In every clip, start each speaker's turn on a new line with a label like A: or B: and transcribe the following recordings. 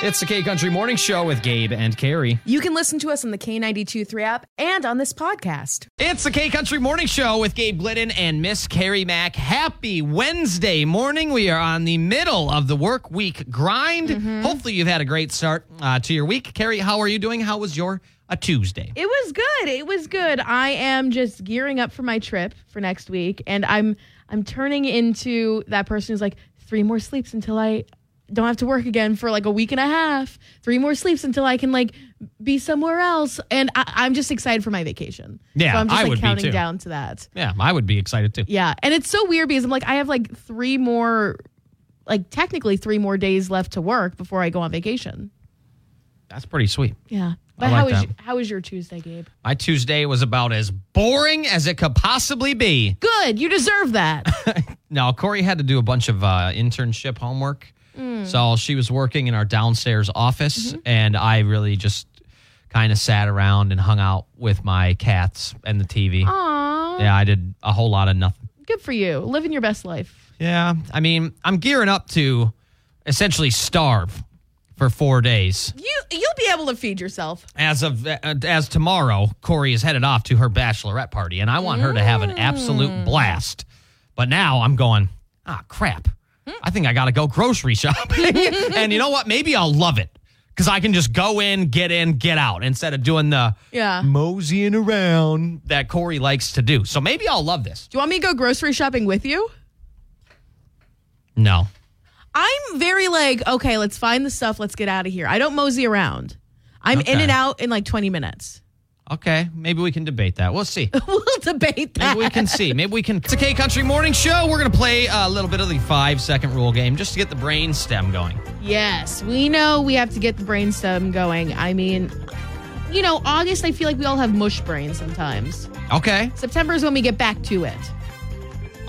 A: It's the K Country Morning Show with Gabe and Carrie.
B: You can listen to us on the K92.3 app and on this podcast.
A: It's the K Country Morning Show with Gabe Glidden and Miss Carrie Mack. Happy Wednesday morning. We are on the middle of the work week grind. Hopefully, you've had a great start uh, to your week. Carrie, how are you doing? How was your a Tuesday?
B: It was good. It was good. I am just gearing up for my trip for next week and I'm I'm turning into that person who's like three more sleeps until I don't have to work again for like a week and a half. Three more sleeps until I can like be somewhere else. And I, I'm just excited for my vacation.
A: Yeah,
B: so I'm just
A: I
B: like
A: would be
B: counting
A: too.
B: down to that.
A: Yeah, I would be excited too.
B: Yeah. And it's so weird because I'm like, I have like three more, like technically three more days left to work before I go on vacation.
A: That's pretty sweet.
B: Yeah.
A: I
B: But how
A: like
B: is
A: that.
B: how is your Tuesday, Gabe?
A: My Tuesday was about as boring as it could possibly be.
B: Good. You deserve that.
A: No, Corey had to do a bunch of uh, internship homework. So she was working in our downstairs office, and I really just kind of sat around and hung out with my cats and the TV.
B: Aw.
A: Yeah, I did a whole lot of nothing.
B: Good for you. Living your best life.
A: Yeah, I mean, I'm gearing up to essentially starve for four days.
B: You you'll be able to feed yourself.
A: As of uh, as tomorrow, Corey is headed off to her bachelorette party, and I want her to have an absolute blast. But now I'm going, ah, crap. I think I got to go grocery shopping. and you know what? Maybe I'll love it because I can just go in, get in, get out instead of doing the
B: Yeah. Do
A: moseying around that Corey likes to do. So maybe I'll love this.
B: you want me to go grocery shopping with you?
A: No.
B: I'm very like, okay, let's find the stuff, let's get out of here. I don't mosey around. I'm in
A: Okay.
B: and out in like 20 minutes.
A: Okay. Maybe we can debate that. We'll see.
B: we'll debate that.
A: Maybe we can see. Maybe we can. It's a K Country Morning Show. We're going to play a little bit of the five second rule game just to get the brain stem going.
B: Yes, we know we have to get the brainstem going. I mean, you know, August, I feel like we all have mush brain sometimes.
A: Okay.
B: September is when we get back to it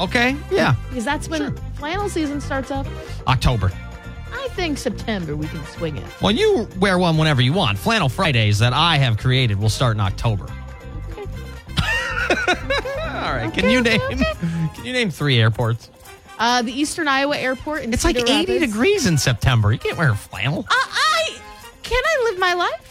A: Okay. Yeah.
B: because that's when flannel season starts up.
A: October.
B: I think September we can swing it.
A: Well, you wear one whenever you want. Flannel Fridays that I have created will start in October.
B: Okay.
A: All right. can you name? Can you name three airports?
B: Uh, the Eastern Iowa Airport. In
A: It's like
B: Cedar
A: 80
B: Rapids.
A: degrees in September. You can't wear a flannel.
B: Uh, I can I live my life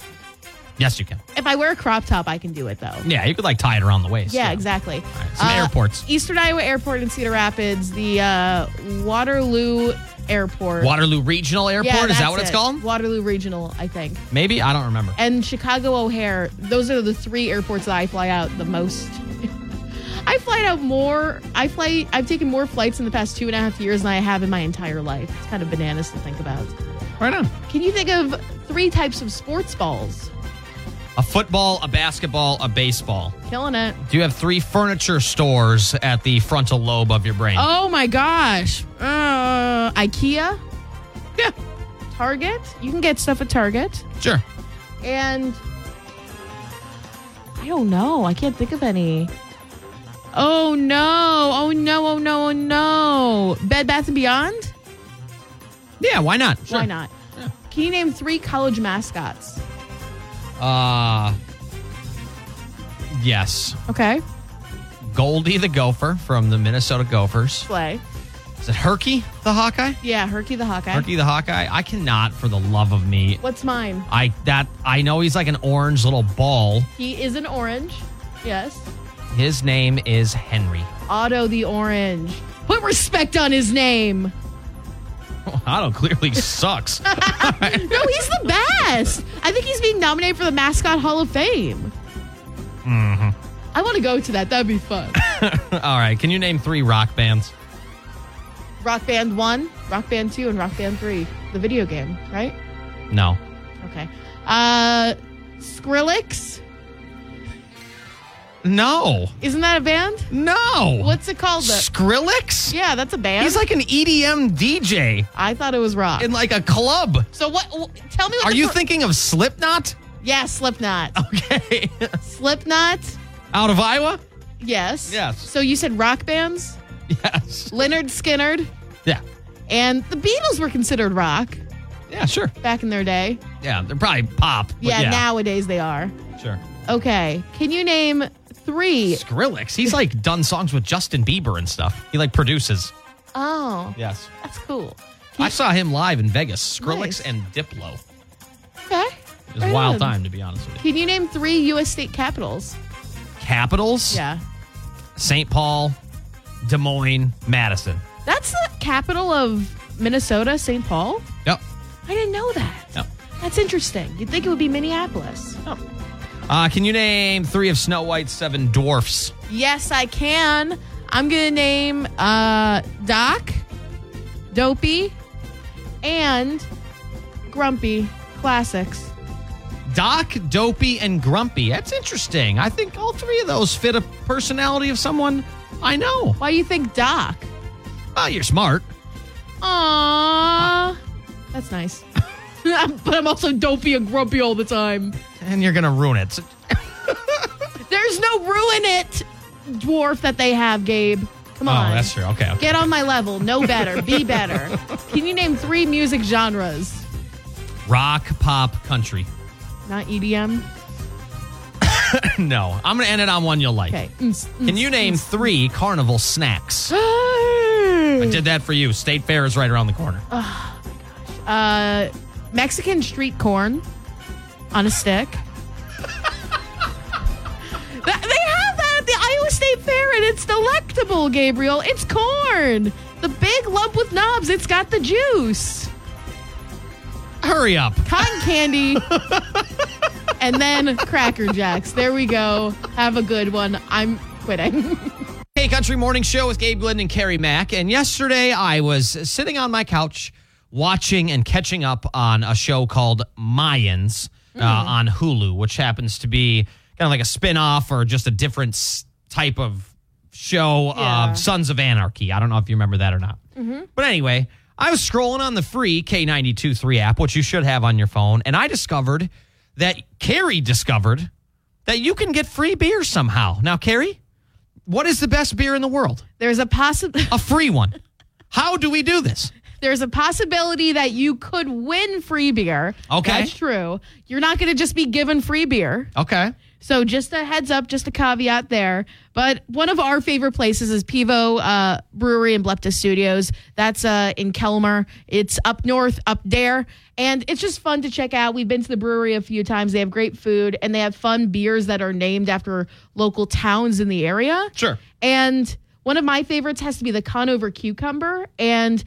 A: Yes, you can.
B: if I wear a crop top. I can do it though.
A: Yeah, you could like tie it around the waist.
B: Yeah, exactly. Uh,
A: right, some airports.
B: Eastern Iowa Airport in Cedar Rapids, the uh, Waterloo Airport.
A: Waterloo Regional Airport.
B: Yeah,
A: is that
B: that's
A: what it's
B: it.
A: called?
B: Waterloo Regional, I think.
A: Maybe I don't remember.
B: And Chicago O'Hare. Those are the three airports that I fly out the most. I fly out more. I fly. I've taken more flights in the past two and a half years than I have in my entire life. It's kind of bananas to think about.
A: Right on.
B: Can you think of three types of sports balls?
A: A football, a basketball, a baseball.
B: Killing it.
A: Do you have three furniture stores at the frontal lobe of your brain?
B: Oh my gosh. Uh, IKEA,
A: yeah.
B: Target. You can get stuff at Target.
A: Sure.
B: And I don't know. I can't think of any. Oh no. Oh no. Oh no. Oh no. Bed Bath and Beyond?
A: Yeah, why not? Sure.
B: Why not? Can you name three college mascots?
A: Uh Yes.
B: Okay.
A: Goldie the Gopher from the Minnesota Gophers.
B: Play.
A: Is it Herky the Hawkeye?
B: Yeah, Herky the Hawkeye.
A: Herky the Hawkeye? I cannot for the love of me.
B: What's mine?
A: I that I know he's like an orange little ball.
B: He is an orange. Yes.
A: His name is Henry.
B: Otto the orange. Put respect on his name.
A: Otto clearly sucks.
B: No, he's the best. I think he's being nominated for the Mascot Hall of Fame. Mm-hmm. I want to go to that. That'd be fun.
A: All right, can you name three rock bands?
B: Rock Band 1, Rock Band 2, and Rock Band 3, the video game, right?
A: No.
B: Okay. Uh Skrillex,
A: No.
B: isn't that a band?
A: No.
B: What's it called? The-
A: Skrillex?
B: yeah, that's a band.
A: He's like an E EDM DJ
B: I thought it was rock.
A: in like a club.
B: so what wh- tell me what
A: Are
B: the
A: you Oh.
B: fir-
A: thinking of Slipknot?
B: Yeah, Slipknot.
A: Okay.
B: Slipknot?
A: Out of Iowa?
B: Yes.
A: Yes.
B: So you said rock bands?
A: Yes.
B: Leonard Skinnard
A: Yeah.
B: and the Beatles were considered rock
A: Yeah, sure.
B: back in their day.
A: Yeah, they're probably pop. but
B: Yeah,
A: yeah,
B: nowadays they are.
A: Sure.
B: Okay. Can you name 3
A: Skrillex, he's like done songs with Justin Bieber and stuff. He like produces.
B: Oh.
A: Yes.
B: That's cool.
A: I saw him live in Vegas.
C: Nice.
A: Skrillex and Diplo.
B: Okay.
A: It was
B: Right
A: a wild
B: on.
A: time, to be honest with you.
B: Can you name three U.S. state capitals?
A: Capitals,
B: Yeah.
A: St. Paul, Des Moines, Madison.
B: That's the capital of Minnesota, St. Paul.
A: Yep.
B: I didn't know that.
A: Yep.
B: That's interesting. You'd think it would be Minneapolis.
A: Uh, can you name three of Snow White's seven dwarfs?
B: Yes, I can. I'm gonna name uh, Doc, Dopey, and Grumpy. Classics.
A: Doc, Dopey, and Grumpy. That's interesting. I think all three of those fit a personality of someone I know.
B: Why you think Doc?
A: Oh, you're smart.
B: Aww, that's nice. but I'm also dopey and grumpy all the time.
A: And you're going to ruin it. oh,
B: There's no ruin it dwarf that they have, Gabe. Come on.
A: Oh, that's true. Okay. okay.
B: Get on my level. Know better. Be better. Can you name three music genres?
A: Rock, pop, country.
B: Not E EDM.
A: no. I'm going to end it on one you'll like.
B: Okay. Mm, mm.
A: Can you name three carnival snacks? I did that for you. State Fair is right around the corner.
B: uh, Mexican street corn on a stick. That- they have that at the Iowa State Fair, and it's delectable, Gabriel. It's corn, the big lump with knobs. It's got the juice,
A: Hurry up.
B: cotton candy, and then Cracker Jacks. There we go. Have a good one. I'm quitting.
A: Hey, Country Morning Show with Gabe Glenn and Carrie Mack. And yesterday I was sitting on my couch watching and catching up on a show called Mayans uh, on Hulu, which happens to be kind of like a spin off or just a different s- type of show
B: Yeah.
A: of Sons of Anarchy. I don't know if you remember that or not. But anyway, I was scrolling on the free K92 3 app, which you should have on your phone, and I discovered that Carrie discovered that you can get free beer somehow. Now, Carrie? What is the best beer in the world?
B: There's a possible.
A: A free one. How do we do this?
B: there's a possibility that you could win free beer.
A: Okay.
B: That's true. You're not going to just be given free beer.
A: Okay.
B: So just a heads up, just a caveat there. But one of our favorite places is Pivo uh, Brewery and Blepta Studios. That's uh, in Kelmer. It's up north, up there, and it's just fun to check out. We've been to the brewery a few times. They have great food and they have fun beers that are named after local towns in the area.
A: Sure.
B: And one of my favorites has to be the Conover cucumber. And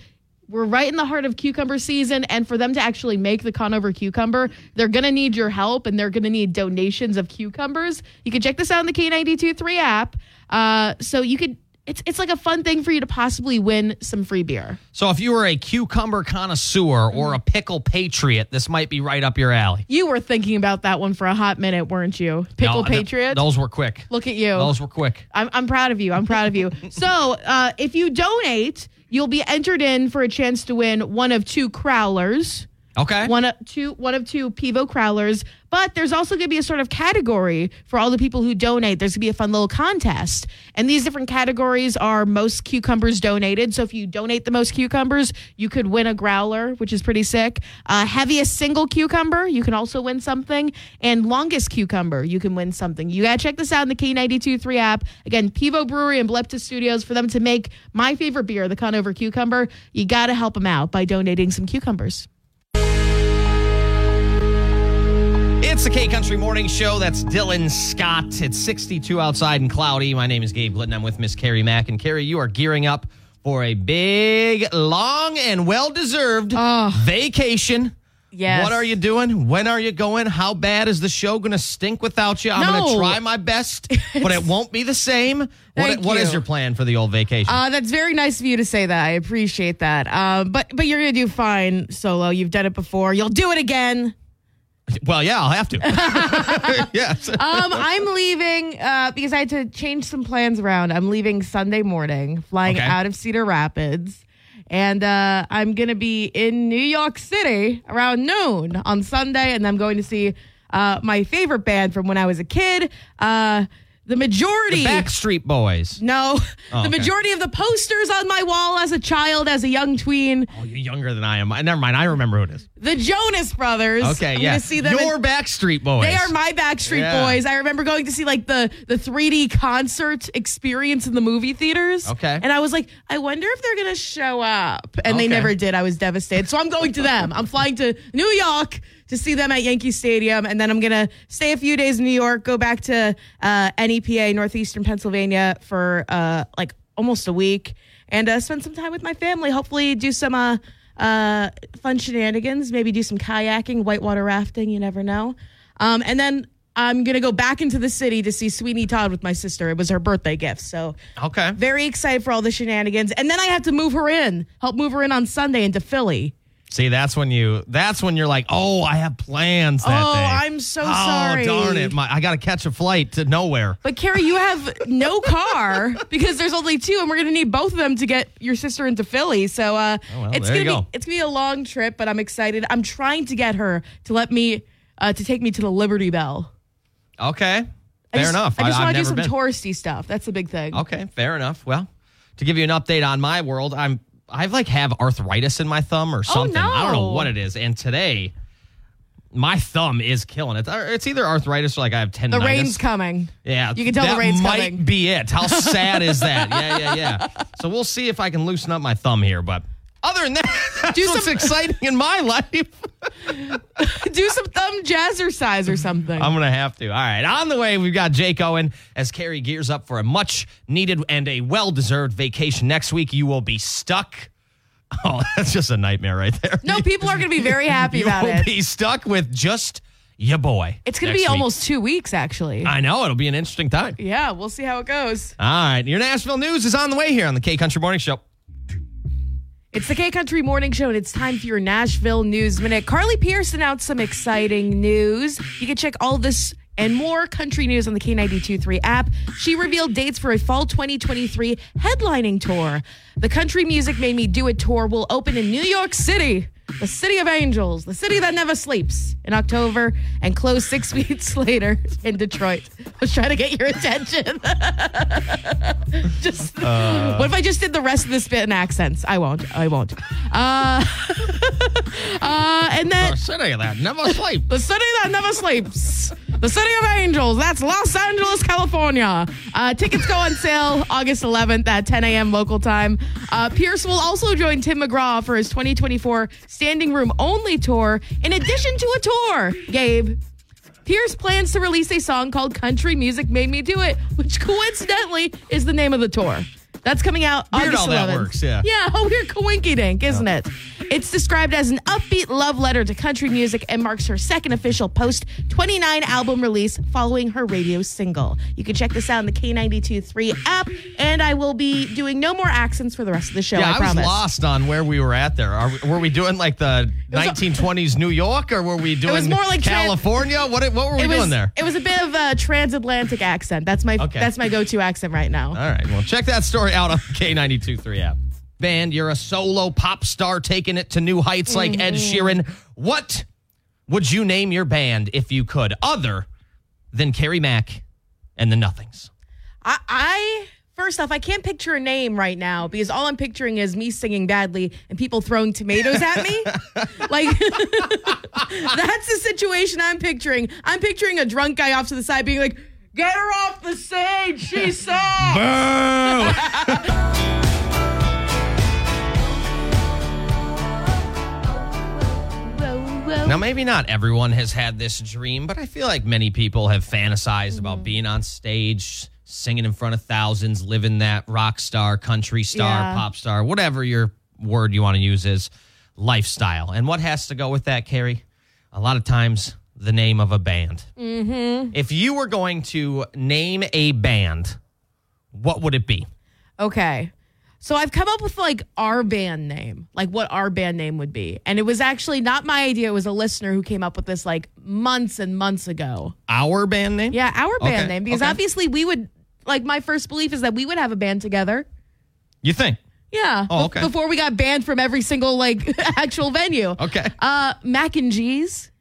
B: we're right in the heart of cucumber season. And for them to actually make the Conover cucumber, they're going to need your help and they're going to need donations of cucumbers. You can check this out in the K92 3 app. Uh, so you could. It's, it's like a fun thing for you to possibly win some free beer.
A: So if you were a cucumber connoisseur or a pickle patriot, this might be right up your alley.
B: You were thinking about that one for a hot minute, weren't you? Pickle
A: No, th-
B: Patriot?
A: those were quick.
B: Look at you.
A: Those were quick.
B: I'm, I'm proud of you. I'm proud of you. So, uh, if you donate, you'll be entered in for a chance to win one of two crowlers,
A: Okay.
B: one of two, one of two Pivo crowlers. But there's also going to be a sort of category for all the people who donate. There's going to be a fun little contest, and these different categories are most cucumbers donated. So, if you donate the most cucumbers, you could win a growler, which is pretty sick. Uh, heaviest single cucumber, you can also win something, and longest cucumber, you can win something. You gotta check this out in the K92 3 app. Again, Pivo Brewery and Blepta Studios for them to make my favorite beer, the Conover Cucumber. You gotta help them out by donating some cucumbers.
A: It's the K Country Morning Show. That's Dylan Scott. It's 62 outside and cloudy. My name is Gabe Litton. I'm with Miss Carrie Mack. And Carrie, you are gearing up for a big, long, and well deserved vacation.
C: Yes.
A: What are you doing? When are you going? How bad is the show going to stink without you? I'm going
B: No.
A: to try my best, but it won't be the same. What,
C: Thank
A: what is
C: you.
A: your plan for the old vacation?
C: Uh, that's very nice of you to say that. I appreciate that. Uh, but but you're gonna do fine solo. You've done it before. You'll do it again.
A: well, yeah, I'll have to. yes.
C: Um, I'm leaving uh, because I had to change some plans around. I'm leaving Sunday morning, flying
A: Okay.
C: out of Cedar Rapids, and uh, I'm gonna be in New York City around noon on Sunday, and I'm going to see uh, my favorite band from when I was a kid. Uh,
B: The majority.
A: Backstreet Boys.
B: no,
A: Oh,
B: the
A: okay.
B: majority of the posters on my wall as a child, as a young tween,
A: Oh, you're younger than I am. I- Never mind. I remember who it is.
B: the Jonas Brothers.
A: Okay,
B: I'm
A: yeah.
B: gonna see them. in-
A: Your Backstreet Boys.
B: they are my Backstreet
A: Yeah.
B: Boys. I remember going to see like the the 3D concert experience in the movie theaters.
A: Okay.
B: and I was like, I wonder if they're gonna show up, and
A: Okay.
B: they never did. I was devastated. So I'm going to them. I'm flying to New York to see them at Yankee Stadium, and then I'm gonna stay a few days in New York, go back to uh, NEPA Northeastern Pennsylvania for uh, like almost a week, and uh, spend some time with my family. Hopefully, do some. Uh, uh, fun shenanigans, maybe do some kayaking, whitewater rafting, you never know. Um, and then I'm going to go back into the city to see Sweeney Todd with my sister. It was her birthday gift. So
A: Okay.
B: very excited for all the shenanigans. And then I have to move her in, help move her in on Sunday into Philly.
A: See, that's when you. That's when you're like, oh, I have plans that
B: Oh,
A: day.
B: I'm so
A: oh,
B: sorry.
A: darn it! My, I got to catch a flight to nowhere.
B: But Carrie, you have no car because there's only two, and we're gonna need both of them to get your sister into Philly. So uh,
A: Oh, well,
B: it's
A: there
B: gonna
A: you
B: be
A: go.
B: it's gonna be a long trip, but I'm excited. I'm trying to get her to let me uh, to take me to the Liberty Bell.
A: Okay.
B: I
A: Fair
B: just-
A: enough.
B: I just
A: I've
B: want to do
A: never been.
B: some touristy stuff. That's the big thing.
A: Okay, fair enough. Well, to give you an update on my world, I'm I've like have arthritis in my thumb or something. I don't know
B: Oh, no.
A: what it is. And today, my thumb is killing it. It's either arthritis or like I have tendonitis.
B: The rain's coming.
A: Yeah,
B: You can tell the
A: that
B: rain's
A: might
B: coming.
A: be it. How sad is that? Yeah, yeah, yeah. So we'll see if I can loosen up my thumb here. But other than that, that's
B: Do
A: what's
B: some-
A: exciting in my life.
B: do some thumb jazzercise or something.
A: I'm gonna have to. All right. On the way, we've got Jake Owen as Carrie gears up for a much needed and a well deserved vacation next week. You will be stuck. Oh, that's just a nightmare right there.
B: no, people are gonna be very happy
A: you
B: about
A: will
B: it.
A: be stuck with just your boy.
B: it's gonna
A: next
B: be
A: week.
B: almost two weeks, actually.
A: I know it'll be an interesting time.
B: yeah, we'll see how it goes.
A: All right, your Nashville news is on the way here on the K Country Morning Show.
B: It's the K Country Morning Show, and it's time for your Nashville News Minute. Carly Pierce announced some exciting news. You can check all this and more country news on the K92.3 app. She revealed dates for a fall 2023 headlining tour. The Country Music Made Me Do It tour will open in New York City, the city of angels, the city that never sleeps, in October, and close six weeks later in Detroit. I was trying to get your attention. just what if I just did the rest of this bit in accents? I won't. I won't. Uh, uh, and then
A: City that never sleep.
B: the city that never sleeps, the city of angels. That's Los Angeles, California. Uh, tickets go on sale August 11th at 10 a.m. local time. Uh, Pierce will also join Tim McGraw for his 2024 Standing Room Only tour, in addition to a tour. Gabe. Pierce plans to release a song called Country Music Made Me Do It, which coincidentally is the name of the tour. That's coming out
A: Weird
B: August
A: how that
B: 11th.
A: works, yeah.
B: Yeah, oh, we're coinky dink, isn't it? It's described as an upbeat love letter to country music and marks her second official post 29 album release following her radio single. You can check this out in the K92 3 app, and I will be doing no more accents for the rest of the show,
A: Yeah,
B: I,
A: I, was
B: promise.
A: lost on where we were at there. Are we, were we doing like the 1920s New York, or were we doing
B: was more like tran-
A: California? what what were we
B: It was,
A: doing there?
B: it was a bit of a transatlantic accent. That's my
A: Okay.
B: that's my go-to accent right now.
A: All right. Well, check that story out on K92.3 app. Band, you're a solo pop star taking it to new heights like Ed
B: Mm-hmm.
A: Sheeran. What would you name your band if you could, other than Carrie Mack and the Nothings?
B: I, I first off, I can't picture a name right now because all I'm picturing is me singing badly and people throwing tomatoes at me. like that's the situation I'm picturing. I'm picturing a drunk guy off to the side being like, "Get her off the stage, she sucks."
A: Now, maybe not everyone has had this dream, but I feel like many people have fantasized about being on stage, singing in front of thousands, living that rock star, country star,
B: Yeah.
A: pop star, whatever your word you want to use is, lifestyle. And what has to go with that, Carrie? A lot of times, the name of a band. Mm-hmm. If you were going to name a band, what would it be?
B: Okay. So I've come up with like our band name, like what our band name would be. And it was actually not my idea. It was a listener who came up with this like months and months ago.
A: Our band name?
B: Yeah, our band
A: Okay,
B: name. Because
A: okay.
B: obviously we would like my first belief is that we would have a band together.
A: You think?
B: Yeah.
A: Oh,
B: bef-
A: okay.
B: Before we got banned from every single like actual venue.
A: Okay.
B: Uh Mac and G's.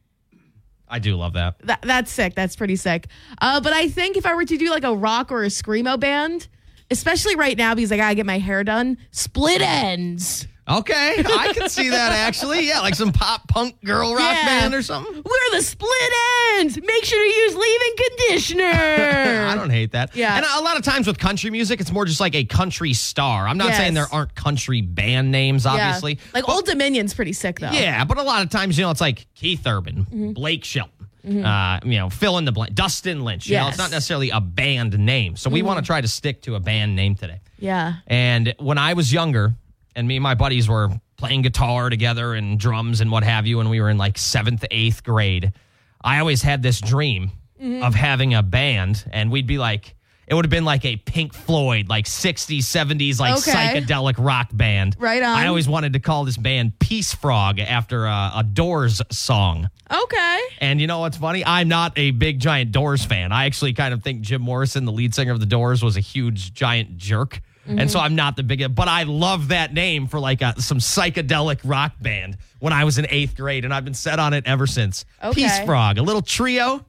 A: I do love that.
B: That, that's sick. That's pretty sick. Uh, but I think if I were to do like a rock or a screamo band, especially right now because I gotta get my hair done, split ends.
A: Okay, I can see that actually. Yeah, like some pop punk girl rock
B: Yeah.
A: band or something.
B: We're the split ends. Make sure to use leave-in conditioner.
A: I don't hate that.
B: Yeah.
A: And a lot of times with country music, it's more just like a country star. I'm not
B: Yes.
A: saying there aren't country band names,
B: Yeah.
A: obviously.
B: like Old Dominion's pretty sick though.
A: Yeah, but a lot of times, you know, it's like Keith Urban,
B: Mm-hmm.
A: Blake Shelton, uh, you know, fill in the blank, Dustin Lynch. You know, it's
B: Yes. Mm-hmm.
A: not necessarily a band name. So we want to try to stick to a band name today.
B: Yeah.
A: And when I was younger, and me and my buddies were playing guitar together and drums and what have you, and we were in like seventh, eighth grade, I always had this dream
B: Mm-hmm.
A: of having a band, and we'd be like, it would have been like a Pink Floyd, like 60s, 70s, like
B: Okay.
A: psychedelic rock band.
B: Right on.
A: I always wanted to call this band Peace Frog after a, a Doors song.
B: Okay.
A: And you know what's funny? I'm not a big giant Doors fan. I actually kind of think Jim Morrison, the lead singer of the Doors, was a huge giant jerk.
B: Mm-hmm.
A: And so I'm not the biggest, but I love that name for like a, some psychedelic rock band when I was in eighth grade, and I've been set on it ever since. Peace
B: Okay.
A: Frog, a little trio.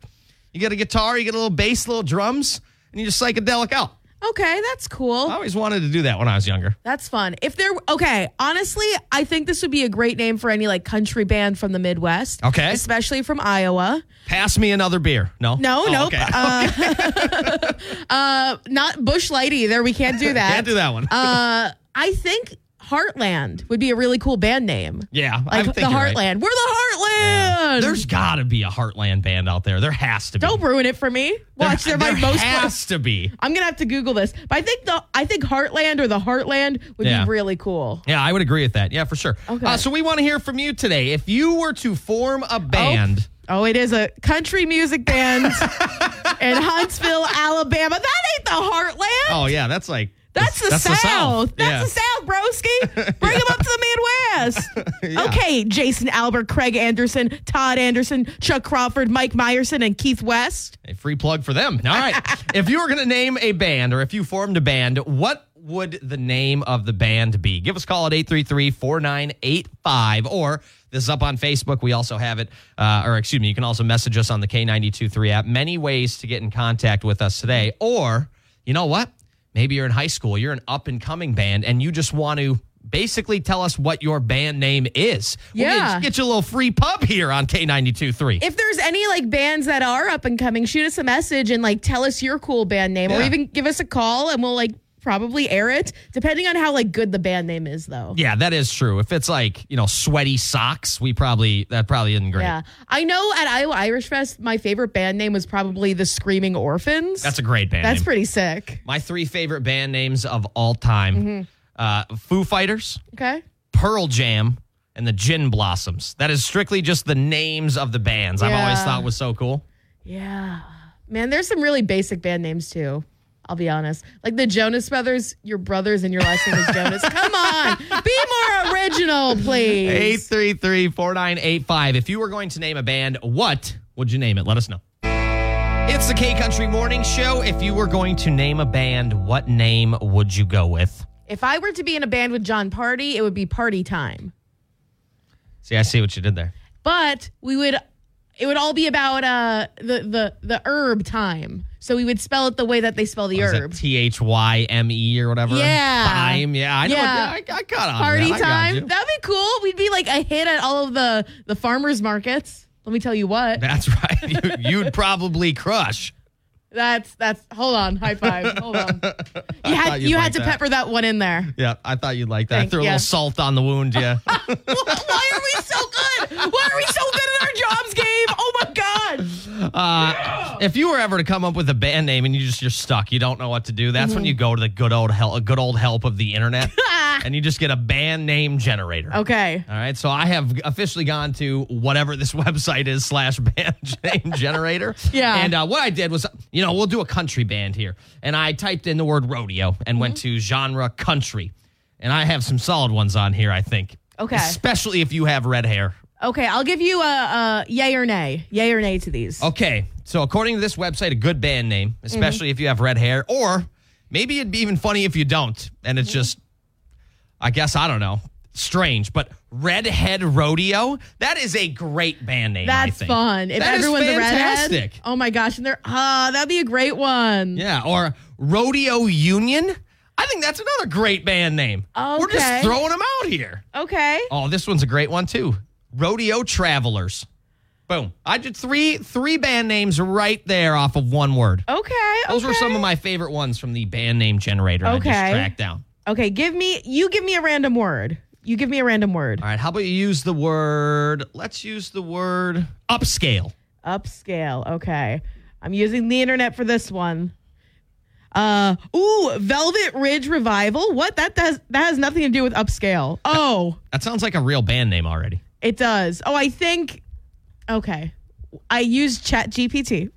A: You get a guitar, you get a little bass, little drums, and you just psychedelic out.
B: Okay, that's cool.
A: I always wanted to do that when I was younger.
B: That's fun. If there, okay, honestly, I think this would be a great name for any like country band from the Midwest.
A: Okay.
B: Especially from Iowa.
A: Pass me another beer. No,
B: No,
A: Oh,
B: no.
A: okay.
B: Uh, uh, not Bush Light either. We can't do that.
A: Can't do that one.
B: Uh, I think Heartland would be a really cool band name.
A: yeah, I
B: Like
A: think
B: the
A: you're right.
B: Heartland. We're the Heartland.
A: There's got to be a Heartland band out there. There has to be.
B: Don't ruin it for me. Watch,
A: there,
B: they're my
A: there
B: most.
A: has to be.
B: I'm gonna have to Google this, but I think the I think Heartland or the Heartland would
A: Yeah.
B: be really cool.
A: Yeah, I would agree with that. Yeah, for sure.
B: Okay.
A: Uh, so we want to hear from you today. If you were to form a band,
B: Oh, it is a country music band in Huntsville, Alabama. That ain't the Heartland.
A: oh, yeah, that's like
B: That's the South. That's
A: yeah.
B: the South, broski. Bring them up to the Midwest. Okay, Jason Albert, Craig Anderson, Todd Anderson, Chuck Crawford, Mike Meyerson, and Keith West.
A: A free plug for them. All right. if you were going to name a band or if you formed a band, what would the name of the band be? Give us a call at 833-4985 or this is up on Facebook. We also have it, uh, or excuse me, you can also message us on the K92.3 app. Many ways to get in contact with us today. Or, you know what? Maybe you're in high school, you're an up-and-coming band, and you just want to basically tell us what your band name is. We'll get-
B: Yeah.
A: get you a little free pub here on K92.3.
B: If there's any like bands that are up and coming, shoot us a message and like tell us your cool band name, or
A: Yeah.
B: even give us a call and we'll like probably air it, depending on how like good the band name is, though.
A: Yeah, that is true. If it's like, you know, sweaty socks, we probably, that probably isn't great.
B: Yeah. I know at Iowa Irish Fest, my favorite band name was probably the Screaming Orphans.
A: That's a great band
B: That's
A: name.
B: pretty sick.
A: My three favorite band names of all time
B: Mm-hmm.
A: uh, Foo Fighters,
B: Okay.
A: Pearl Jam, and the Gin Blossoms. That is strictly just the names of the bands I've always
B: Yeah.
A: thought was so cool.
B: Yeah. Man, there's some really basic band names too. I'll be honest. Like the Jonas Brothers, your brothers and your last name is Jonas. Come on. Be more original, please.
A: 833 4985. If you were going to name a band, what would you name it? Let us know. It's the K Country Morning Show. If you were going to name a band, what name would you go with?
B: If I were to be in a band with John Party, it would be party time.
A: See, I see what you did there.
B: But we would it would all be about uh the the the herb time. So we would spell it the way that they spell the herb.
A: T H Y M E or whatever.
B: Yeah.
A: Time. Yeah. I know.
B: Yeah.
A: I, I got on. to
B: Party
A: that. I got
B: time.
A: you.
B: That'd be cool. We'd be like a hit at all of the the farmers markets. Let me tell you what.
A: That's right. You, you'd probably crush.
B: That's that's. Hold on, high five. Hold on. You
A: thought
B: had
A: you'd
B: you
A: like
B: had to
A: that.
B: pepper that one in there.
A: Yeah. I thought you'd like that.
B: Thank-
A: Threw a
B: yeah.
A: little salt on the wound. Yeah.
B: Why are we so good? Why are we so good at our jobs, Gabe? Oh my god.
A: uh, if you were ever to come up with a band name and you just you're stuck, you don't know what to do. That's
B: Mm-hmm.
A: when you go to the good old help, a good old help of the internet, and you just get a band name generator.
B: Okay.
A: All right, so I have officially gone to whatever this website is slash band name generator.
B: Yeah.
A: And uh, what I did was, you know, we'll do a country band here, and I typed in the word rodeo and went
B: Mm-hmm.
A: to genre country, and I have some solid ones on here. I think.
B: Okay.
A: Especially if you have red hair.
B: Okay. I'll give you a, a yay or nay. Yay or nay to these.
A: Okay, so according to this website, a good band name,
B: Mm-hmm.
A: especially if you have red hair,
B: Mm-hmm.
A: or maybe it'd be even funny if you don't, and it's just, I guess I don't know. strange, but Redhead Rodeo, that is a great band name. I
B: That's
A: think.
B: fun. If
A: That is
B: everyone's a redhead.
A: fantastic.
B: Oh my gosh, and they're ah, that'd be a great one.
A: Yeah, or Rodeo Union. I think that's another great band name. We're
B: Okay.
A: just throwing them out here.
B: Okay.
A: Oh, this one's a great one too. Rodeo Travelers. Boom. I did three three band names right there off of one word.
B: Okay.
A: Those were
B: okay.
A: some of my favorite ones from the band name generator I just
B: Okay.
A: tracked down.
B: Okay, give me you give me a random word. You give me a random word.
A: All right, how about you use the word? Let's use the word upscale.
B: Upscale. Okay. I'm using the internet for this one. Uh ooh, Velvet Ridge Revival. What? That does that has nothing to do with upscale. Oh,
A: That sounds like a real band name already.
B: it does. Oh, I think okay. I used Chat GPT.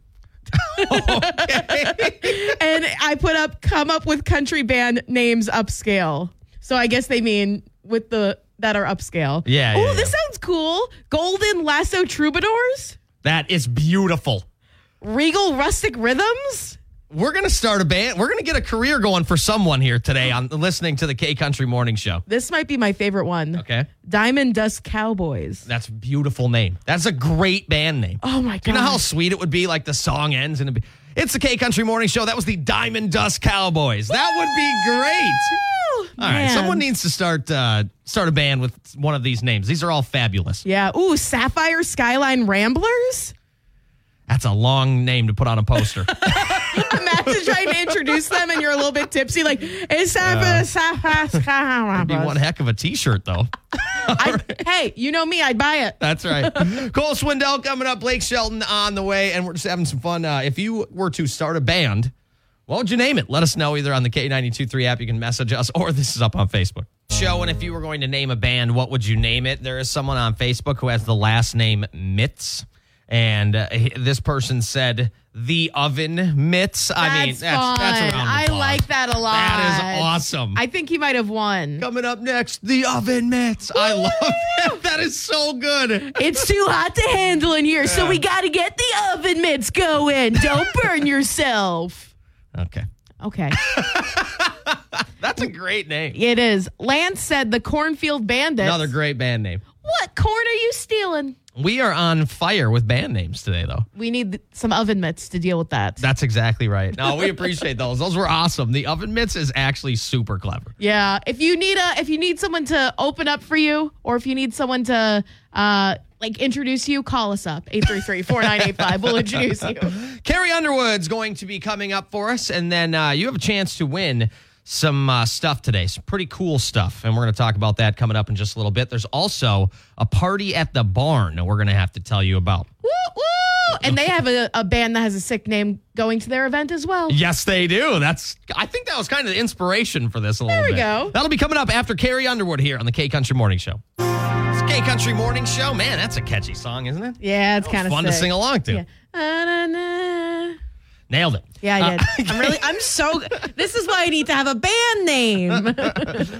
B: and I put up come up with country band names upscale. So I guess they mean with the that are upscale.
A: Yeah,
B: Oh,
A: yeah,
B: this sounds cool. Golden Lasso Troubadours,
A: That is beautiful.
B: Regal Rustic Rhythms.
A: We're gonna start a band. We're gonna get a career going for someone here today on listening to the K Country Morning Show.
B: This might be my favorite one.
A: Okay,
B: Diamond Dust Cowboys.
A: that's a beautiful name. That's a great band name.
B: Oh my god.
A: Do you know how sweet it would be? Like the song ends and it'd be, it's the K Country Morning Show. That was the Diamond Dust Cowboys. That would be great. All right, someone needs to start uh, start a band with one of these names. These are all fabulous.
B: Yeah. Ooh, Sapphire Skyline Ramblers.
A: That's a long name to put on a poster.
B: Imagine trying to introduce them and you're a little bit tipsy, like it's Sapphire Sapphire Skyline
A: be one
B: Ramblers.
A: heck of a T-shirt, though.
B: I- Hey, you know me, I'd buy it.
A: That's right. Cole Swindell coming up. Blake Shelton on the way, and we're just having some fun. Uh, if you were to start a band, what would you name it? Let us know either on the K923 app, you can message us, or this is up on Facebook. Show, and if you were going to name a band, what would you name it? There is someone on Facebook who has the last name Mitz, and uh, he- this person said the Oven Mitz. I mean, that's that's
B: fun.
A: around.
B: I like that a lot.
A: That is awesome.
B: I think he might have won.
A: Coming up next, the Oven Mitz. I love that. That is so good.
B: It's too hot to handle in here, so we got to get the oven mitts going. Don't burn yourself.
A: Okay.
B: Okay,
A: That's a great name.
B: it is. Lance said the cornfield bandits.
A: Another great band name.
B: what corn are you stealing?
A: We are on fire with band names today, though.
B: We need some oven mitts to deal with that.
A: That's exactly right. No, we appreciate those. Those were awesome. The oven mitts is actually super clever.
B: yeah, if you need a, if you need someone to open up for you, or if you need someone to, uh, like introduce you, call us up 833-4985. We'll introduce you.
A: Carrie Underwood's going to be coming up for us, and then uh, you have a chance to win some uh, stuff today, some pretty cool stuff, and we're going to talk about that coming up in just a little bit. There's also a party at the barn that we're going to have to tell you about.
B: Woo, woo. And they have a, a band that has a sick name going to their event as well.
A: Yes, they do. That's I think that was kind of the inspiration for this a little
B: There we
A: bit.
B: go.
A: That'll be coming up after Carrie Underwood here on the K Country Morning Show. It's K Country Morning Show. Man, that's a catchy song, isn't it?
B: Yeah, it's kind of
A: Fun to sing along to.
B: Yeah. Na-na-na.
A: Nailed it. Uh,
B: Yeah, I did. I'm really, I'm so. This is why I need to have a band name.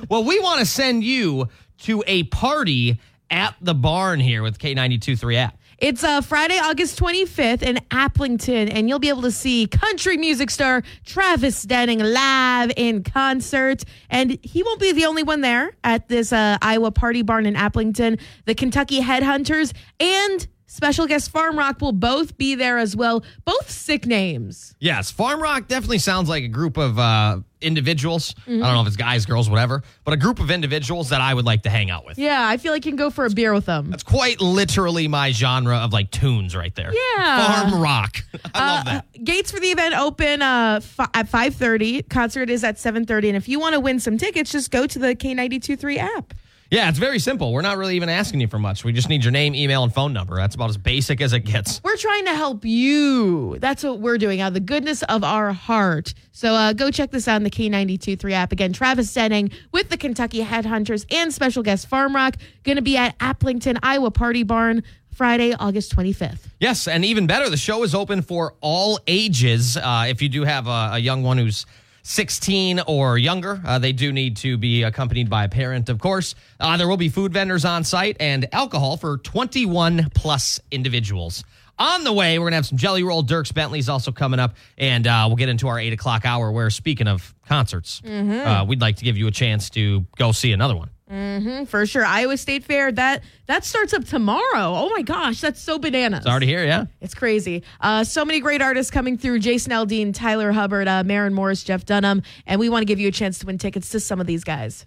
A: Well, we want to send you to a party at the barn here with K923 app.
B: It's uh, Friday, August 25th in Appleton, and you'll be able to see country music star Travis Denning live in concert. And he won't be the only one there at this uh, Iowa Party Barn in Appleton. The Kentucky Headhunters and special guest Farm Rock will both be there as well. Both sick names.
A: Yes, Farm Rock definitely sounds like a group of uh, individuals.
B: Mm-hmm.
A: I don't know if it's guys, girls, whatever, but a group of individuals that I would like to hang out with.
B: Yeah, I feel like you can go for a beer with them.
A: That's quite literally my genre of like tunes right there.
B: Yeah.
A: Farm rock. I love that.
B: Uh, Gates for the event open uh, fi- at 5.30. Concert is at 7.30. And if you want to win some tickets, just go to the K92.3 app.
A: Yeah, it's very simple. We're not really even asking you for much. We just need your name, email, and phone number. That's about as basic as it gets.
B: We're trying to help you. That's what we're doing out of the goodness of our heart. So uh, go check this out on the K92.3 app. Again, Travis Denning with the Kentucky Headhunters and special guest Farm Rock going to be at Applington, Iowa Party Barn Friday, August 25th.
A: Yes, and even better, the show is open for all ages. Uh, if you do have a, a young one who's 16 or younger, uh, they do need to be accompanied by a parent, of course. Uh, there will be food vendors on site and alcohol for 21 plus individuals. On the way, we're going to have some Jelly Roll. Dirks Bentley's also coming up, and uh, we'll get into our 8 o'clock hour where, speaking of concerts, uh, we'd like to give you a chance to go see another one.
B: Mm, For sure. Iowa State Fair, that that starts up tomorrow. Oh my gosh, that's so bananas.
A: It's already here, yeah.
B: It's crazy. Uh, so many great artists coming through Jason Aldean, Tyler Hubbard, uh, Maren Morris, Jeff Dunham. And we want to give you a chance to win tickets to some of these guys.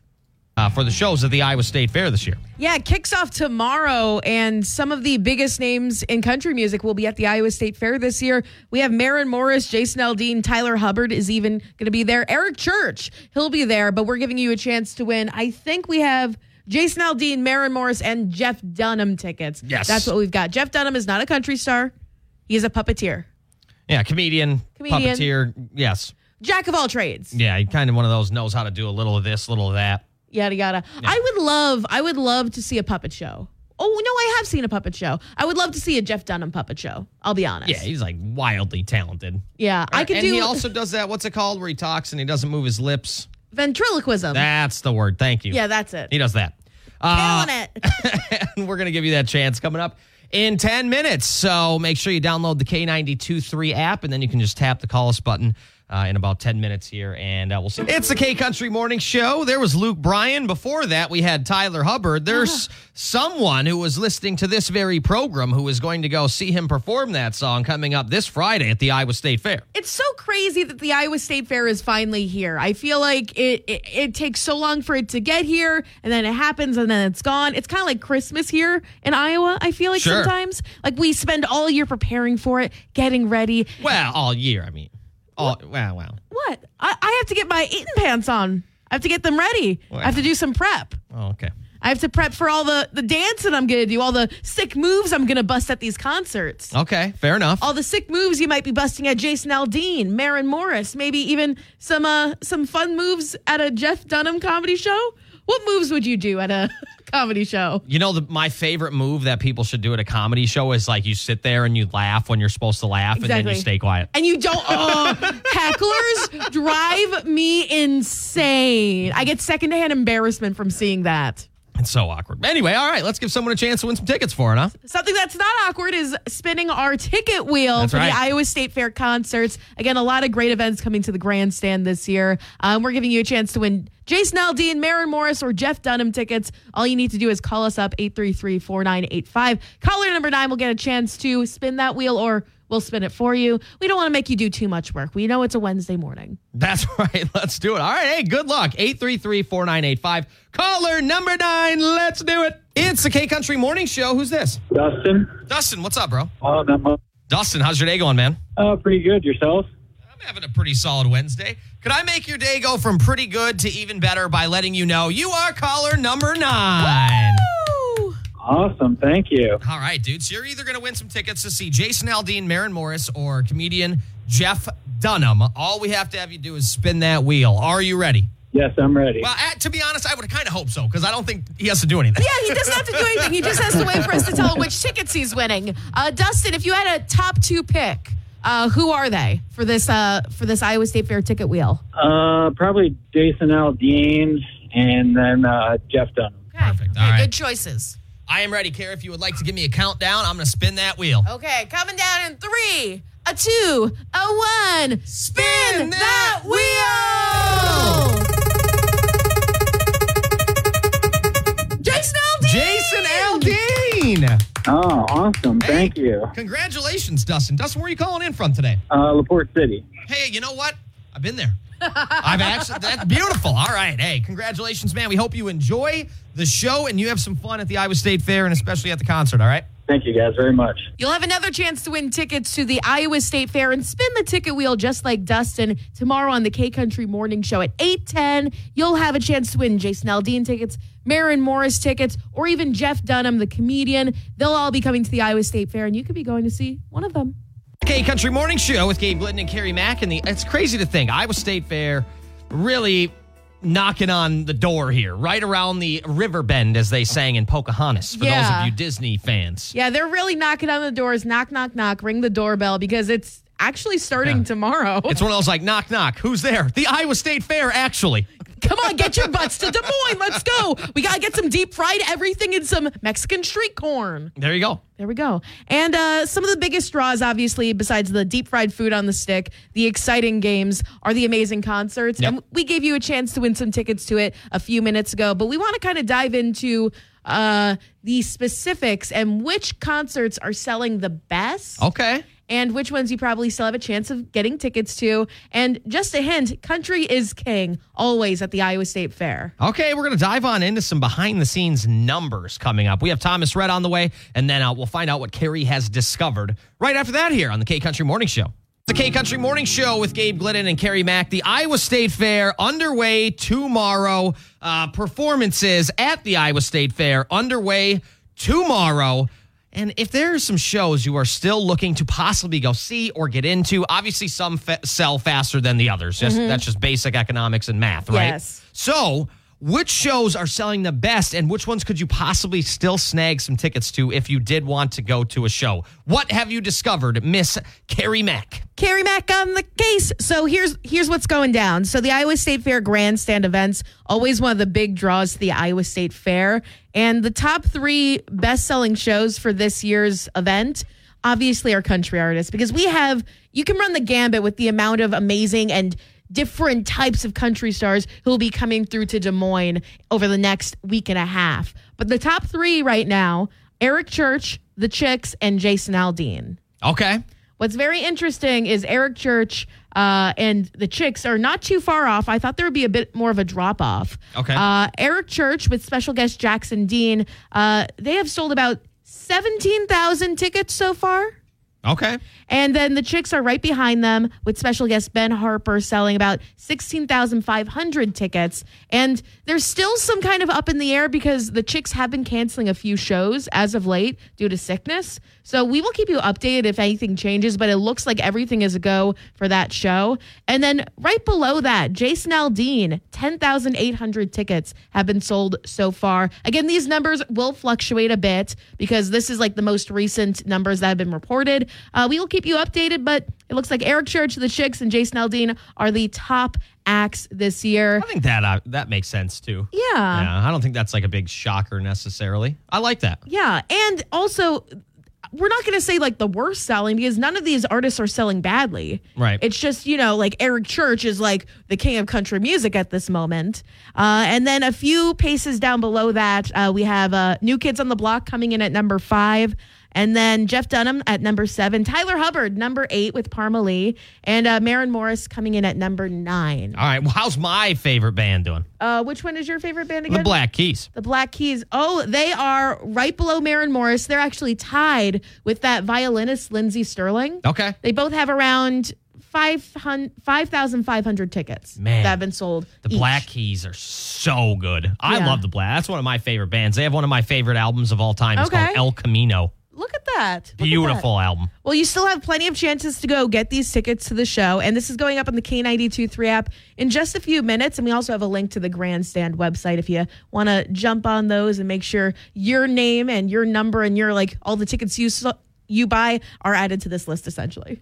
A: Uh, for the shows at the Iowa State Fair this year.
B: Yeah, it kicks off tomorrow, and some of the biggest names in country music will be at the Iowa State Fair this year. We have Marin Morris, Jason Aldean, Tyler Hubbard is even going to be there. Eric Church, he'll be there, but we're giving you a chance to win. I think we have Jason Aldean, Marin Morris, and Jeff Dunham tickets.
A: Yes.
B: That's what we've got. Jeff Dunham is not a country star, he is a puppeteer,
A: Yeah, comedian,
B: Comedian.
A: puppeteer. Yes.
B: jack of all trades.
A: Yeah, he kind of one of those knows how to do a little of this, little of that.
B: yada yada. I would love, I would love to see a puppet show. Oh no, I have seen a puppet show. I would love to see a Jeff Dunham puppet show. I'll be honest.
A: Yeah, he's like wildly talented.
B: Yeah, I could
A: and
B: do
A: he also does that. What's it called? Where he talks and he doesn't move his lips.
B: ventriloquism.
A: That's the word. Thank you.
B: yeah, that's it.
A: he does that. Uh,
B: Killing it.
A: and we're going to give you that chance coming up in 10 minutes. So make sure you download the K92.3 app, and then you can just tap the call us button uh, in about 10 minutes here, and uh, we'll see. It's the K Country Morning Show. There was Luke Bryan. Before that, we had Tyler Hubbard. There's someone who was listening to this very program who is going to go see him perform that song coming up this Friday at the Iowa State Fair.
B: It's so crazy that the Iowa State Fair is finally here. I feel like it, it it takes so long for it to get here, and then it happens, and then it's gone. It's kind of like Christmas here in Iowa. I feel like
A: Sure.
B: sometimes, like we spend all year preparing for it, getting ready.
A: Well, all year, I mean. All, well, well.
B: What? I, I have to get my eating pants on. I have to get them ready. I have to do some prep.
A: Oh, okay.
B: I have to prep for all the, the dancing I'm going to do, all the sick moves I'm going to bust at these concerts.
A: Okay, fair enough.
B: All the sick moves you might be busting at Jason Aldean, Marin Morris, maybe even some uh, some fun moves at a Jeff Dunham comedy show. What moves would you do at a comedy show?
A: You know, the, my favorite move that people should do at a comedy show is like you sit there and you laugh when you're supposed to laugh, and then you
B: Exactly.
A: stay quiet.
B: And you don't. Oh, hecklers drive me insane. I get secondhand embarrassment from seeing that.
A: It's so awkward. Anyway, all right, let's give someone a chance to win some tickets for it, huh?
B: Something that's not awkward is spinning our ticket wheel
A: That's
B: for
A: right.
B: the Iowa State Fair concerts. Again, a lot of great events coming to the grandstand this year. Um, we're giving you a chance to win Jason Aldean, Marin Morris, or Jeff Dunham tickets. All you need to do is call us up 833 4985. Caller number nine will get a chance to spin that wheel or we'll spin it for you. We don't want to make you do too much work. We know it's a Wednesday morning.
A: That's right. Let's do it. All right. Hey, good luck. 833 4985. Caller number nine. Let's do it. It's the K Country Morning Show. Who's this?
D: Dustin.
A: Dustin, what's up, bro?
D: Oh, not much.
A: Dustin, how's your day going, man?
D: Uh, pretty good yourself.
A: I'm having a pretty solid Wednesday. Could I make your day go from pretty good to even better by letting you know you are caller number nine?
D: Awesome, thank you.
A: All right, dudes. You're either going to win some tickets to see Jason Aldean, Marin Morris, or comedian Jeff Dunham. All we have to have you do is spin that wheel. Are you ready?
D: Yes, I'm ready.
A: Well, at, to be honest, I would kind of hope so because I don't think he has to do anything.
B: Yeah, he doesn't have to do anything. He just has to wait for us to tell him which tickets he's winning. Uh, Dustin, if you had a top two pick, uh, who are they for this uh, for this Iowa State Fair ticket wheel?
D: Uh, probably Jason Aldean and then uh, Jeff Dunham.
A: Perfect. All right.
B: Good choices.
A: I am ready, Kara. If you would like to give me a countdown, I'm going to spin that wheel.
B: Okay, coming down in three, a two, a one.
A: Spin,
B: that wheel! Jason Aldean!
A: Jason Aldean.
D: Oh, awesome, thank
A: Hey,
D: you.
A: Congratulations, Dustin. Dustin, where are you calling in from today?
D: Uh, LaPorte City.
A: Hey, you know what? I've been there. I've actually that's beautiful. All right. Hey, congratulations, man. We hope you enjoy the show and you have some fun at the Iowa State Fair and especially at the concert, all right?
D: Thank you guys very much.
B: You'll have another chance to win tickets to the Iowa State Fair and spin the ticket wheel just like Dustin tomorrow on the K Country Morning Show at 8:10. You'll have a chance to win Jason Aldean tickets, Marin Morris tickets, or even Jeff Dunham, the comedian. They'll all be coming to the Iowa State Fair, and you could be going to see one of them.
A: K Country Morning Show with Gabe Glidden and Carrie Mack and the it's crazy to think Iowa State Fair really knocking on the door here, right around the river bend as they sang in Pocahontas for those
B: Yeah.
A: of you Disney fans.
B: Yeah, they're really knocking on the doors, knock, knock, knock, ring the doorbell because it's actually starting tomorrow.
A: It's one of those like knock knock, who's there? The Iowa State Fair actually.
B: Come on, get your butts to Des Moines. Let's go. We got to get some deep fried everything and some Mexican street corn.
A: There you go.
B: There we go. And uh, some of the biggest draws, obviously, besides the deep fried food on the stick, the exciting games are the amazing concerts.
A: Yep.
B: And we gave you a chance to win some tickets to it a few minutes ago, but we want to kind of dive into uh, the specifics and which concerts are selling the best
A: Okay.
B: and which ones you probably still have a chance of getting tickets to. And just a hint country is king always at the Iowa State Fair.
A: Okay, we're going to dive on into some behind the scenes numbers coming up. We have Thomas Red on the way, and then uh, we'll find out what Carrie has discovered right after that here on the K Country Morning Show. The K Country Morning Show with Gabe Glidden and Carrie Mack. The Iowa State Fair underway tomorrow. Uh, performances at the Iowa State Fair underway tomorrow. And if there are some shows you are still looking to possibly go see or get into, obviously some fa- sell faster than the others. Just, That's just basic economics and math, right?
B: Yes.
A: So, which shows are selling the best, and which ones could you possibly still snag some tickets to if you did want to go to a show? What have you discovered, Miss Carrie Mack?
B: Carrie Mack on the case. So here's here's what's going down. So the Iowa State Fair grandstand events always one of the big draws to the Iowa State Fair, and the top three best selling shows for this year's event obviously are country artists because we have you can run the gambit with the amount of amazing and different types of country stars who will be coming through to Des Moines over the next week and a half. But the top three right now: Eric Church, The Chicks, and Jason Aldean.
A: Okay.
B: What's very interesting is Eric Church uh, and the Chicks are not too far off. I thought there would be a bit more of a drop off.
A: Okay.
B: Uh, Eric Church with special guest Jackson Dean. Uh, they have sold about seventeen thousand tickets so far.
A: Okay.
B: And then the Chicks are right behind them with special guest Ben Harper selling about 16,500 tickets. And there's still some kind of up in the air because the Chicks have been canceling a few shows as of late due to sickness. So we will keep you updated if anything changes, but it looks like everything is a go for that show. And then right below that, Jason Aldean, 10,800 tickets have been sold so far. Again, these numbers will fluctuate a bit because this is like the most recent numbers that have been reported. Uh, we will keep you updated, but it looks like Eric Church, the Chicks, and Jason Aldean are the top acts this year.
A: I think that uh, that makes sense too.
B: Yeah.
A: I don't think that's like a big shocker necessarily. I like that.
B: Yeah, and also we're not going to say like the worst selling because none of these artists are selling badly.
A: Right.
B: It's just, you know, like Eric Church is like the king of country music at this moment. Uh, and then a few paces down below that, uh, we have uh, New Kids on the Block coming in at number five. And then Jeff Dunham at number seven, Tyler Hubbard, number eight with Parma Lee, and uh, Maren Morris coming in at number nine.
A: All right. Well, how's my favorite band doing?
B: Uh, which one is your favorite band again?
A: The Black Keys.
B: The Black Keys. Oh, they are right below Marin Morris. They're actually tied with that violinist Lindsay Sterling.
A: Okay.
B: They both have around 5,500 5,500 tickets
A: Man.
B: that have been sold.
A: The
B: each.
A: Black Keys are so good. I
B: Yeah.
A: love the Black. That's one of my favorite bands. They have one of my favorite albums of all time. It's
B: Okay.
A: called El Camino.
B: Look at that. Look at
A: Beautiful album.
B: Well, you still have plenty of chances to go get these tickets to the show. And this is going up on the K92 3 app in just a few minutes. And we also have a link to the grandstand website if you want to jump on those and make sure your name and your number and your like all the tickets you s- you buy are added to this list essentially.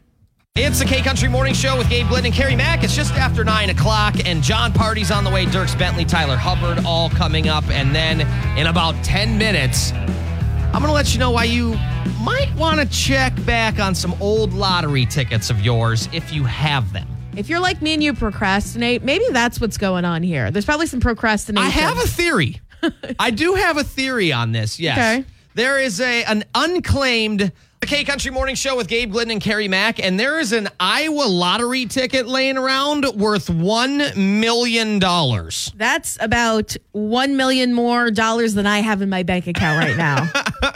A: It's the K Country Morning Show with Gabe Glidden and Carrie Mack. It's just after 9 o'clock, and John Party's on the way. Dirks Bentley, Tyler Hubbard, all coming up. And then in about 10 minutes, I'm going to let you know why you might want to check back on some old lottery tickets of yours if you have them.
B: If you're like me and you procrastinate, maybe that's what's going on here. There's probably some procrastination.
A: I have a theory. I do have a theory on this. Yes.
B: Okay.
A: There is a an unclaimed the K Country Morning Show with Gabe Glidden and Carrie Mack, and there is an Iowa lottery ticket laying around worth one million dollars.
B: That's about 1 million more dollars than I have in my bank account right now.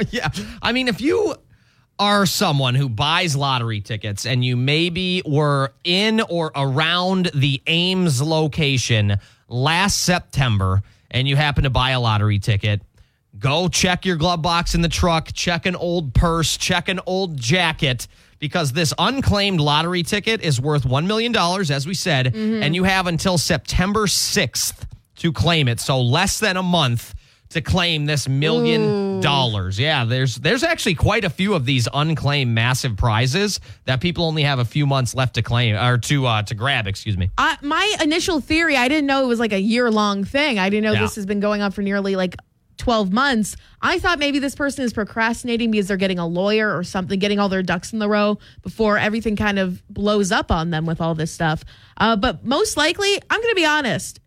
A: yeah. I mean, if you are someone who buys lottery tickets and you maybe were in or around the Ames location last September and you happen to buy a lottery ticket, go check your glove box in the truck, check an old purse, check an old jacket. Because this unclaimed lottery ticket is worth $1 million, as we said, and you have until September 6th to claim it. So less than a month to claim this million dollars. Yeah, there's there's actually quite a few of these unclaimed massive prizes that people only have a few months left to claim or to uh, to grab. Excuse me.
B: I, my initial theory, I didn't know it was like a year long thing. I didn't know
A: Yeah.
B: this has been going on for nearly like 12 months. I thought maybe this person is procrastinating because they're getting a lawyer or something, getting all their ducks in the row before everything kind of blows up on them with all this stuff. Uh, but most likely, I'm going to be honest.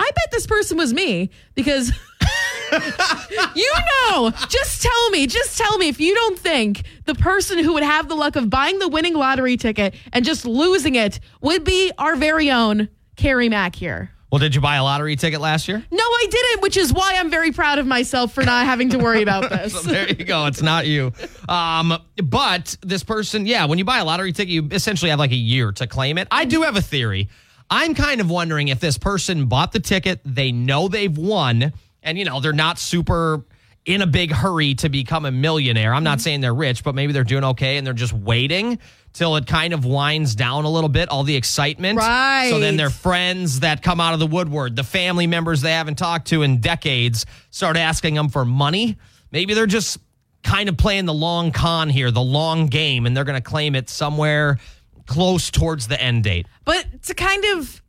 B: I bet this person was me because you know, just tell me, just tell me if you don't think the person who would have the luck of buying the winning lottery ticket and just losing it would be our very own Carrie Mack here.
A: Well, did you buy a lottery ticket last year?
B: No, I didn't, which is why I'm very proud of myself for not having to worry about
A: So
B: this.
A: there you go. It's not you. Um, but this person, yeah, when you buy a lottery ticket, you essentially have like a year to claim it. I do have a theory. I'm kind of wondering if this person bought the ticket, they know they've won, and you know, they're not super in a big hurry to become a millionaire. I'm not saying they're rich, but maybe they're doing okay and they're just waiting till it kind of winds down a little bit, all the excitement. So then
B: Right.
A: they're their friends that come out of the woodward, the family members they haven't talked to in decades, start asking them for money. Maybe they're just kind of playing the long con here, the long game, and they're going to claim it somewhere close towards the end date.
B: But to kind of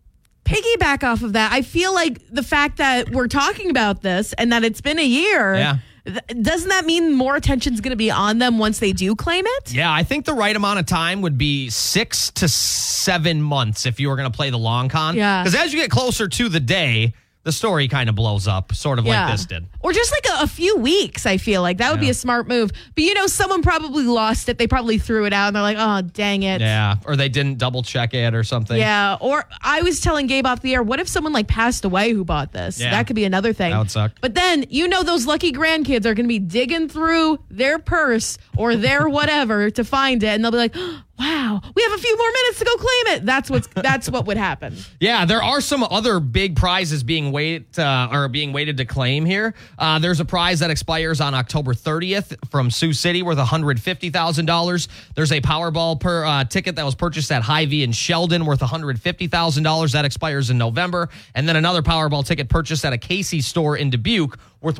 B: piggyback off of that, I feel like the fact that we're talking about this and that it's been a year,
A: Yeah.
B: th- doesn't that mean more attention's going to be on them once they do claim it?
A: Yeah, I think the right amount of time would be six to seven months if you were going to play the long con.
B: Yeah.
A: Because as you get closer to the day, the story kind of blows up, sort of like this did.
B: Or just like a, a few weeks, I feel like that would be
A: Yeah.
B: a smart move. But you know, someone probably lost it. They probably threw it out and they're like, oh, dang it.
A: Yeah. Or they didn't double check it or something.
B: Yeah, or I was telling Gabe off the air, what if someone like passed away who bought this?
A: Yeah.
B: That could be another thing.
A: That would suck.
B: But then you know those lucky grandkids are going to be digging through their purse or their whatever to find it, and they'll be like, "Wow, we have a few more minutes to go claim it." That's what's that's what would happen.
A: Yeah, there are some other big prizes being wait uh, or being waited to claim here. Uh, there's a prize that expires on October 30th from Sioux City worth $150,000. There's a Powerball per uh, ticket that was purchased at Hy-Vee in Sheldon worth $150,000 that expires in November, and then another Powerball ticket purchased at a Casey store in Dubuque worth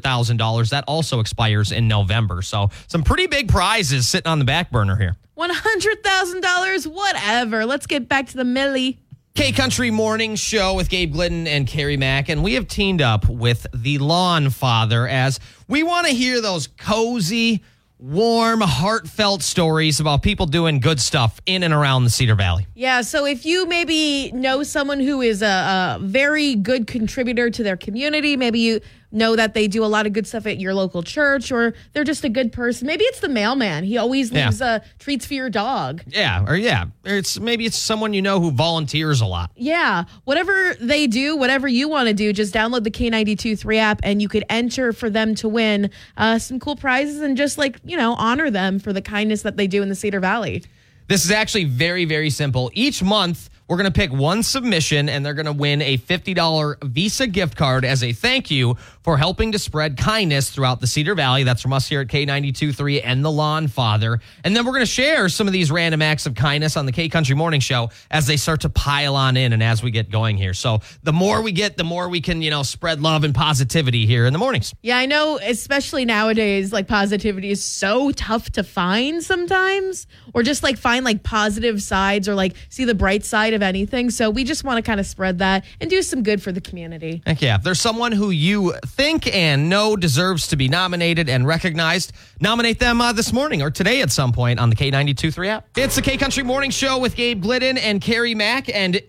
A: $100,000 that also expires in November. So, some pretty big prizes sitting on the back burner here.
B: One hundred thousand dollars, whatever. Let's get back to the Millie.
A: K Country Morning Show with Gabe Glidden and Carrie Mack, and we have teamed up with the Lawn Father as we want to hear those cozy, warm, heartfelt stories about people doing good stuff in and around the Cedar Valley.
B: Yeah, so if you maybe know someone who is a, a very good contributor to their community, maybe you know that they do a lot of good stuff at your local church, or they're just a good person. Maybe it's the mailman; he always
A: Yeah.
B: leaves uh, treats for your dog.
A: Yeah, or yeah, or it's maybe it's someone you know who volunteers a lot.
B: Yeah, whatever they do, whatever you want to do, just download the K92 3 app, and you could enter for them to win uh, some cool prizes and just like you know honor them for the kindness that they do in the Cedar Valley.
A: This is actually very, very simple. Each month, we're going to pick one submission and they're going to win a $50 Visa gift card as a thank you for helping to spread kindness throughout the Cedar Valley. That's from us here at K92.3 and The Lawn Father. And then we're going to share some of these random acts of kindness on the K Country Morning Show as they start to pile on in and as we get going here. So the more we get, the more we can, you know, spread love and positivity here in the mornings.
B: Yeah, I know, especially nowadays, like positivity is so tough to find sometimes, or just like find like positive sides or like see the bright side of anything. So we just want to kind of spread that and do some good for the community.
A: Heck yeah. If there's someone who you think and know deserves to be nominated and recognized, nominate them uh, this morning or today at some point on the K92 3 app. It's the K Country Morning Show with Gabe Glidden and Carrie Mack. And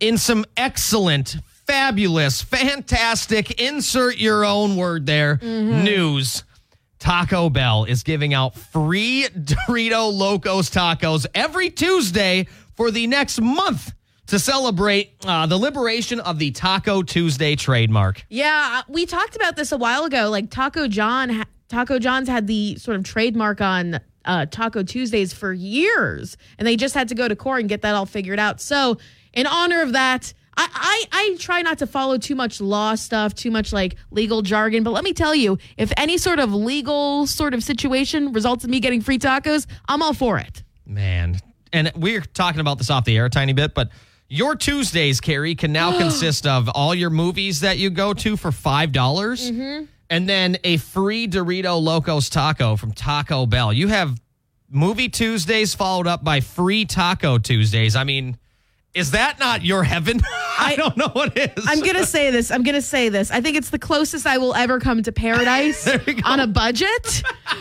A: in some excellent, fabulous, fantastic, insert your own word there, news. Taco Bell is giving out free Dorito Locos tacos every Tuesday for the next month to celebrate uh, the liberation of the Taco Tuesday trademark.
B: Yeah, uh, we talked about this a while ago. Like Taco John, ha- Taco John's had the sort of trademark on uh, Taco Tuesdays for years, and they just had to go to court and get that all figured out. So, in honor of that, I, I I try not to follow too much law stuff, too much like legal jargon. But let me tell you, if any sort of legal sort of situation results in me getting free tacos, I'm all for it.
A: Man. And we were talking about this off the air a tiny bit, but Your Tuesdays, Carrie, can now consist of all your movies that you go to for five dollars, and then a free Dorito Locos taco from Taco Bell. You have movie Tuesdays followed up by free Taco Tuesdays. I mean, is that not your heaven? I, don't know what is.
B: I'm going to say this. I'm going to say this. I think it's the closest I will ever come to paradise
A: There you go.
B: on a budget.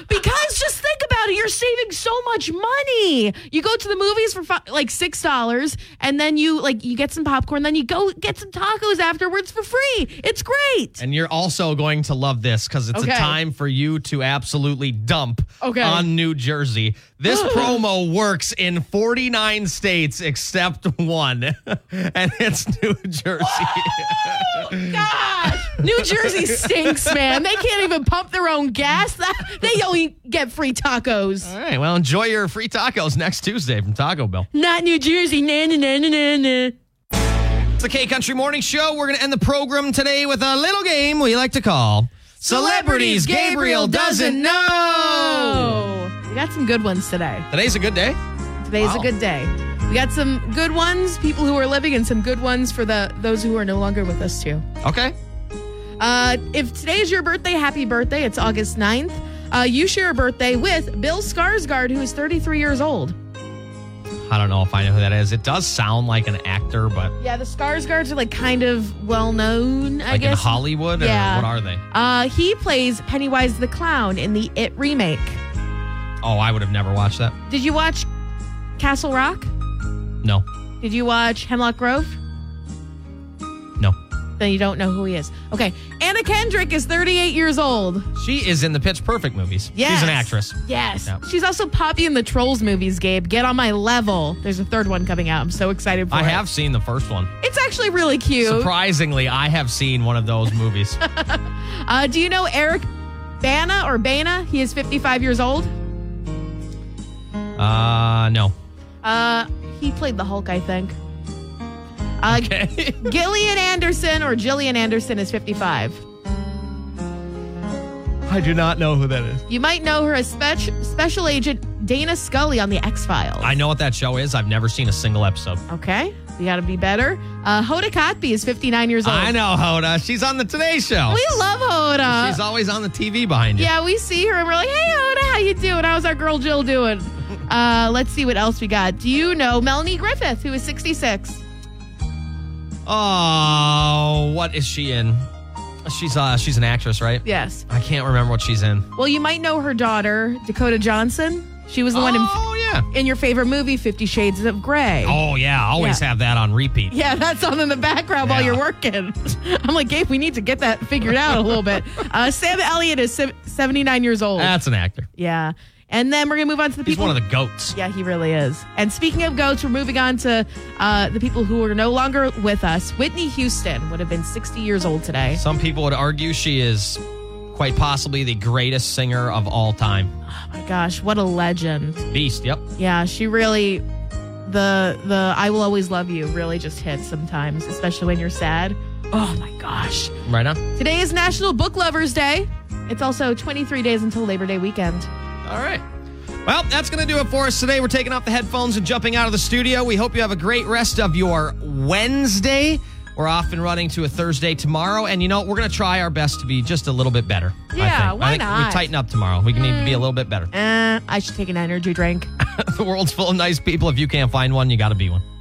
B: because just think about it. You're saving so much money. You go to the movies for fi- like $6 and then you like you get some popcorn, then you go get some tacos afterwards for free. It's great.
A: And you're also going to love this because it's a
B: Okay.
A: time for you to absolutely dump
B: Okay.
A: on New Jersey. This promo works in 49 states except one, and it's New Jersey.
B: Gosh, New Jersey stinks, man. They can't even pump their own gas. They only get free tacos.
A: All right, well, enjoy your free tacos next Tuesday from Taco Bell.
B: Not New Jersey. Na na na na na na.
A: It's the K Country Morning Show. We're going to end the program today with a little game we like to call Celebrities Gabriel Doesn't Know.
B: Oh, we got some good ones today.
A: Today's a good day.
B: Today's
A: Wow.
B: a good day. We got some good ones, people who are living, and some good ones for the those who are no longer with us too.
A: Okay.
B: Uh, if today's your birthday, happy birthday! It's August 9th. Uh, you share a birthday with Bill Skarsgård, who is 33 years old.
A: I don't know if I know who that is. It does sound like an actor, but
B: Yeah, the Skarsgårds are like kind of well known, I
A: like in
B: guess.
A: Hollywood? Or
B: Yeah.
A: what are they?
B: Uh, he plays Pennywise the Clown in the It remake.
A: Oh, I would have never watched that.
B: Did you watch Castle Rock?
A: No,
B: Did you watch Hemlock Grove?
A: no.
B: Then you don't know who he is. Okay, Anna Kendrick is 38 years old.
A: She is in the Pitch Perfect movies.
B: Yes.
A: She's an actress.
B: Yes.
A: Yep.
B: She's also Poppy in the Trolls movies, Gabe. Get on my level. There's a third one coming out. I'm so excited for
A: I
B: it.
A: have seen the first one.
B: It's actually really cute.
A: Surprisingly, I have seen one of those movies.
B: Uh, do you know Eric Bana or Bana? He is 55 years old.
A: uh, no.
B: Uh, he played the Hulk, I think. Uh,
A: Okay.
B: Gillian Anderson or Gillian Anderson is 55.
A: I do not know who that is.
B: You might know her as spec- Special Agent Dana Scully on The X Files.
A: I know what that show is. I've never seen a single episode.
B: Okay, we got to be better. Uh, Hoda Kotb is 59 years old.
A: I know Hoda. She's on the Today Show.
B: We love Hoda.
A: She's always on the TV behind you.
B: yeah, we see her and we're like, "Hey, Hoda, how you doing? How's our girl Jill doing?" Uh, let's see what else we got. Do you know Melanie Griffith, who is 66?
A: Oh, what is she in? She's uh, she's an actress, right?
B: Yes.
A: I can't remember what she's in.
B: Well, you might know her daughter Dakota Johnson. She was the one in,
A: Oh yeah.
B: in your favorite movie, Fifty Shades of Grey.
A: Oh yeah. I Always
B: Yeah.
A: have that on repeat.
B: Yeah, that's on in the background while
A: Yeah.
B: you're working. I'm like, Gabe, we need to get that figured out a little bit. Uh, Sam Elliott is se- 79 years old.
A: That's an actor.
B: yeah. And then we're going to move on to the
A: He's
B: people.
A: one of the goats.
B: yeah, he really is. And speaking of goats, we're moving on to uh, the people who are no longer with us. Whitney Houston would have been 60 years old today.
A: Some people would argue she is quite possibly the greatest singer of all time.
B: Oh my gosh, what a legend.
A: Beast, yep.
B: Yeah, she really the the I will always love you really just hits sometimes, especially when you're sad. Oh my gosh.
A: Right on.
B: Today is National Book Lovers Day. It's also 23 days until Labor Day weekend.
A: All right. Well, that's going to do it for us today. We're taking off the headphones and jumping out of the studio. We hope you have a great rest of your Wednesday. We're off and running to a Thursday tomorrow. And you know, we're going to try our best to be just a little bit better. I
B: Yeah,
A: think.
B: why
A: I think We
B: not?
A: tighten up tomorrow. We need to be a little bit better.
B: Eh, I should take an energy drink.
A: the world's full of nice people. If you can't find one, you got to be one.